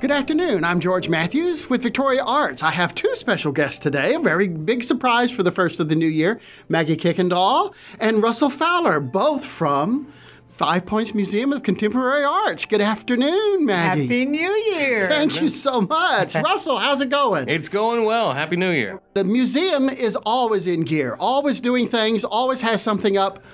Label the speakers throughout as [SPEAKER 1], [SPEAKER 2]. [SPEAKER 1] Good afternoon. I'm George Matthews with Victoria Arts. I have two special guests today. A very big surprise for the first of the new year Maggie Kickendall and Russell Fowler, both from Five Points Museum of Contemporary Arts. Good afternoon, Maggie.
[SPEAKER 2] Happy New Year.
[SPEAKER 1] Thank you so much. Russell, how's it going?
[SPEAKER 3] It's going well. Happy New Year.
[SPEAKER 1] The museum is always in gear, always doing things, always has something up.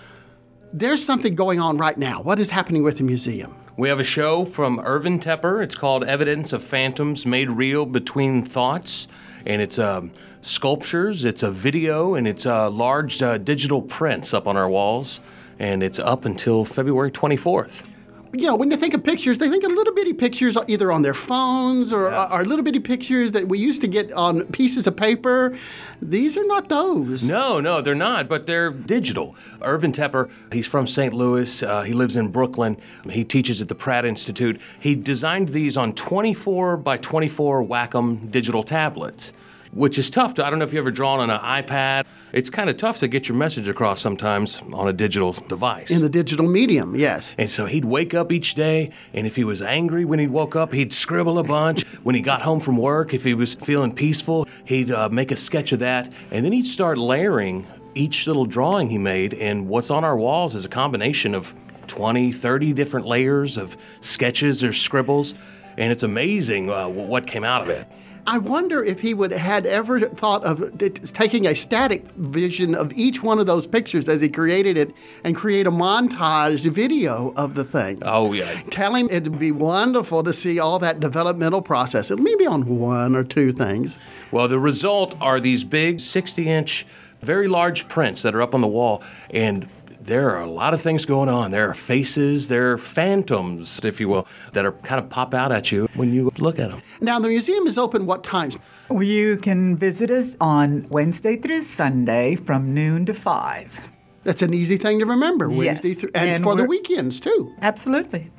[SPEAKER 1] There's something going on right now. What is happening with the museum?
[SPEAKER 3] We have a show from Irvin Tepper. It's called Evidence of Phantoms Made Real Between Thoughts. And it's um, sculptures, it's a video, and it's uh, large uh, digital prints up on our walls. And it's up until February 24th.
[SPEAKER 1] You know, when they think of pictures, they think of little bitty pictures either on their phones or, or little bitty pictures that we used to get on pieces of paper. These are not those.
[SPEAKER 3] No, no, they're not, but they're digital. Irvin Tepper, he's from St. Louis. Uh, he lives in Brooklyn. He teaches at the Pratt Institute. He designed these on 24 by 24 Wacom digital tablets, which is tough to, I don't know if you ever drawn on an iPad. It's kind of tough to get your message across sometimes on a digital device.
[SPEAKER 1] In the digital medium, yes.
[SPEAKER 3] And so he'd wake up each day, and if he was angry when he woke up, he'd scribble a bunch. when he got home from work, if he was feeling peaceful, he'd uh, make a sketch of that, and then he'd start layering each little drawing he made. And what's on our walls is a combination of 20, 30 different layers of sketches or scribbles, and it's amazing uh, wh- what came out of it.
[SPEAKER 1] I wonder if he would had ever thought of t- taking a static vision of each one of those pictures as he created it and create a montage video of the things.
[SPEAKER 3] Oh, yeah.
[SPEAKER 1] Tell him it'd be wonderful to see all that developmental process, and maybe on one or two things.
[SPEAKER 3] Well, the result are these big 60 inch, very large prints that are up on the wall, and there are a lot of things going on. There are faces, there are phantoms, if you will, that are kind of pop out at you when you look at them.
[SPEAKER 1] Now, the museum is open what times?
[SPEAKER 2] Well, You can visit us on Wednesday through Sunday from noon to 5.
[SPEAKER 1] That's an easy thing to remember.
[SPEAKER 2] Yes.
[SPEAKER 1] Wednesday through, and,
[SPEAKER 2] And
[SPEAKER 1] for the
[SPEAKER 2] we're-
[SPEAKER 1] weekends too.
[SPEAKER 2] Absolutely.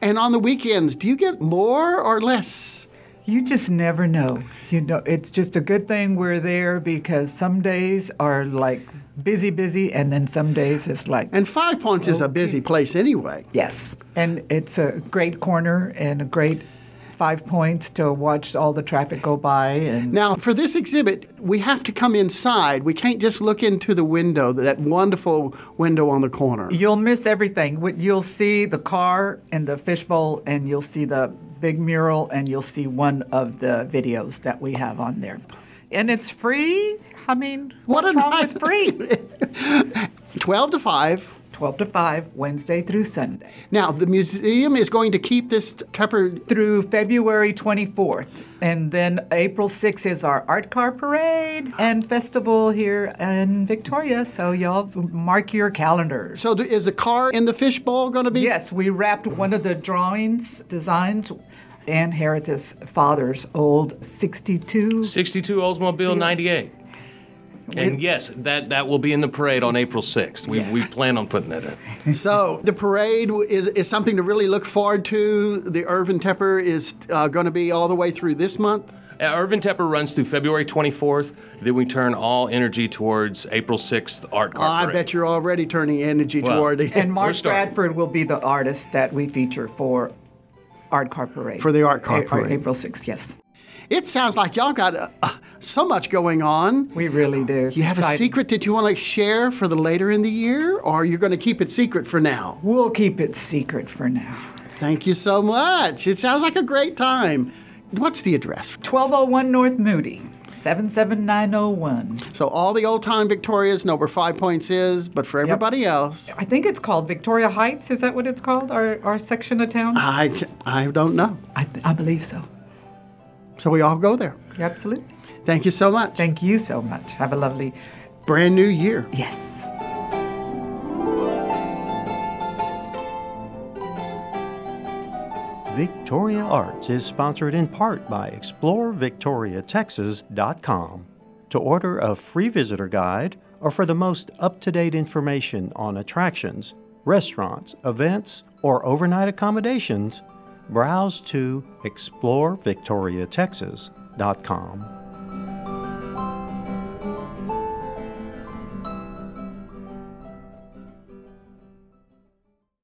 [SPEAKER 1] And on the weekends, do you get more or less?
[SPEAKER 2] You just never know. You know, it's just a good thing we're there because some days are like busy, busy, and then some days it's like,
[SPEAKER 1] And Five Points is a busy place anyway.
[SPEAKER 2] yes. And it's a great corner and a great five points to watch all the traffic go by. And
[SPEAKER 1] Now, for this exhibit, we have to come inside. We can't just look into the window, that wonderful window on the corner.
[SPEAKER 2] You'll miss everything. What- You'll see the car and the fishbowl, and you'll see the big mural, and you'll see one of the videos that we have on there. And it's free. I mean,
[SPEAKER 1] What
[SPEAKER 2] what's
[SPEAKER 1] a
[SPEAKER 2] wrong
[SPEAKER 1] nice-
[SPEAKER 2] with free?
[SPEAKER 1] 12 to 5.
[SPEAKER 2] 12 to 5, Wednesday through Sunday.
[SPEAKER 1] Now, the museum is going to keep this Tupper.
[SPEAKER 2] Through February 24th. And then April 6th is our art car parade and festival here in Victoria. So y'all mark your calendars.
[SPEAKER 1] So, do- is the car in the fishbowl going to be?
[SPEAKER 2] Yes, we wrapped one of the drawings, designs, Anne Harriet's father's old 62.
[SPEAKER 3] 62 Oldsmobile 98. And yes, that, that will be in the parade on April 6th. We, we plan on putting that in.
[SPEAKER 1] So, the parade w- is, is something to really look forward to. The Irvin Tepper is uh, going to be all the way through this month.
[SPEAKER 3] Uh, Irvin Tepper runs through February 24th. Then we turn all energy towards April 6th Art Car
[SPEAKER 1] Oh, I
[SPEAKER 3] Parade.
[SPEAKER 1] bet you're already turning energy
[SPEAKER 3] Well,
[SPEAKER 1] toward the,
[SPEAKER 2] And
[SPEAKER 3] We're
[SPEAKER 2] Mark
[SPEAKER 3] starting.
[SPEAKER 2] Bradford will be the artist that we feature for Art Car Parade.
[SPEAKER 1] for the art car
[SPEAKER 2] A-
[SPEAKER 1] parade.
[SPEAKER 2] April 6th, yes.
[SPEAKER 1] It sounds like y'all got uh, uh, so much going on.
[SPEAKER 2] We really do. It's
[SPEAKER 1] You have a
[SPEAKER 2] exciting.
[SPEAKER 1] secret that you want to share for the later in the year, or you're going to keep it secret for now?
[SPEAKER 2] We'll keep it secret for now.
[SPEAKER 1] Thank you so much. It sounds like a great time. What's the address?
[SPEAKER 2] 1201 North Moody, 77901.
[SPEAKER 1] So, all the old time Victorias know where Five Points is, but for everybody else,
[SPEAKER 2] I think it's called Victoria Heights. Is that what it's called? Our, our section of town?
[SPEAKER 1] I, ca- I don't know.
[SPEAKER 2] I, th- I believe so.
[SPEAKER 1] So, we all go there.
[SPEAKER 2] Absolutely.
[SPEAKER 1] Thank you so much.
[SPEAKER 2] Thank you so much. Have a lovely,
[SPEAKER 1] Brand new year.
[SPEAKER 2] yes.
[SPEAKER 4] Victoria Arts is sponsored in part by ExploreVictoriaTexas.com. To order a free visitor guide or for the most up to date information on attractions, restaurants, events, or overnight accommodations, browse to ExploreVictoriaTexas.com.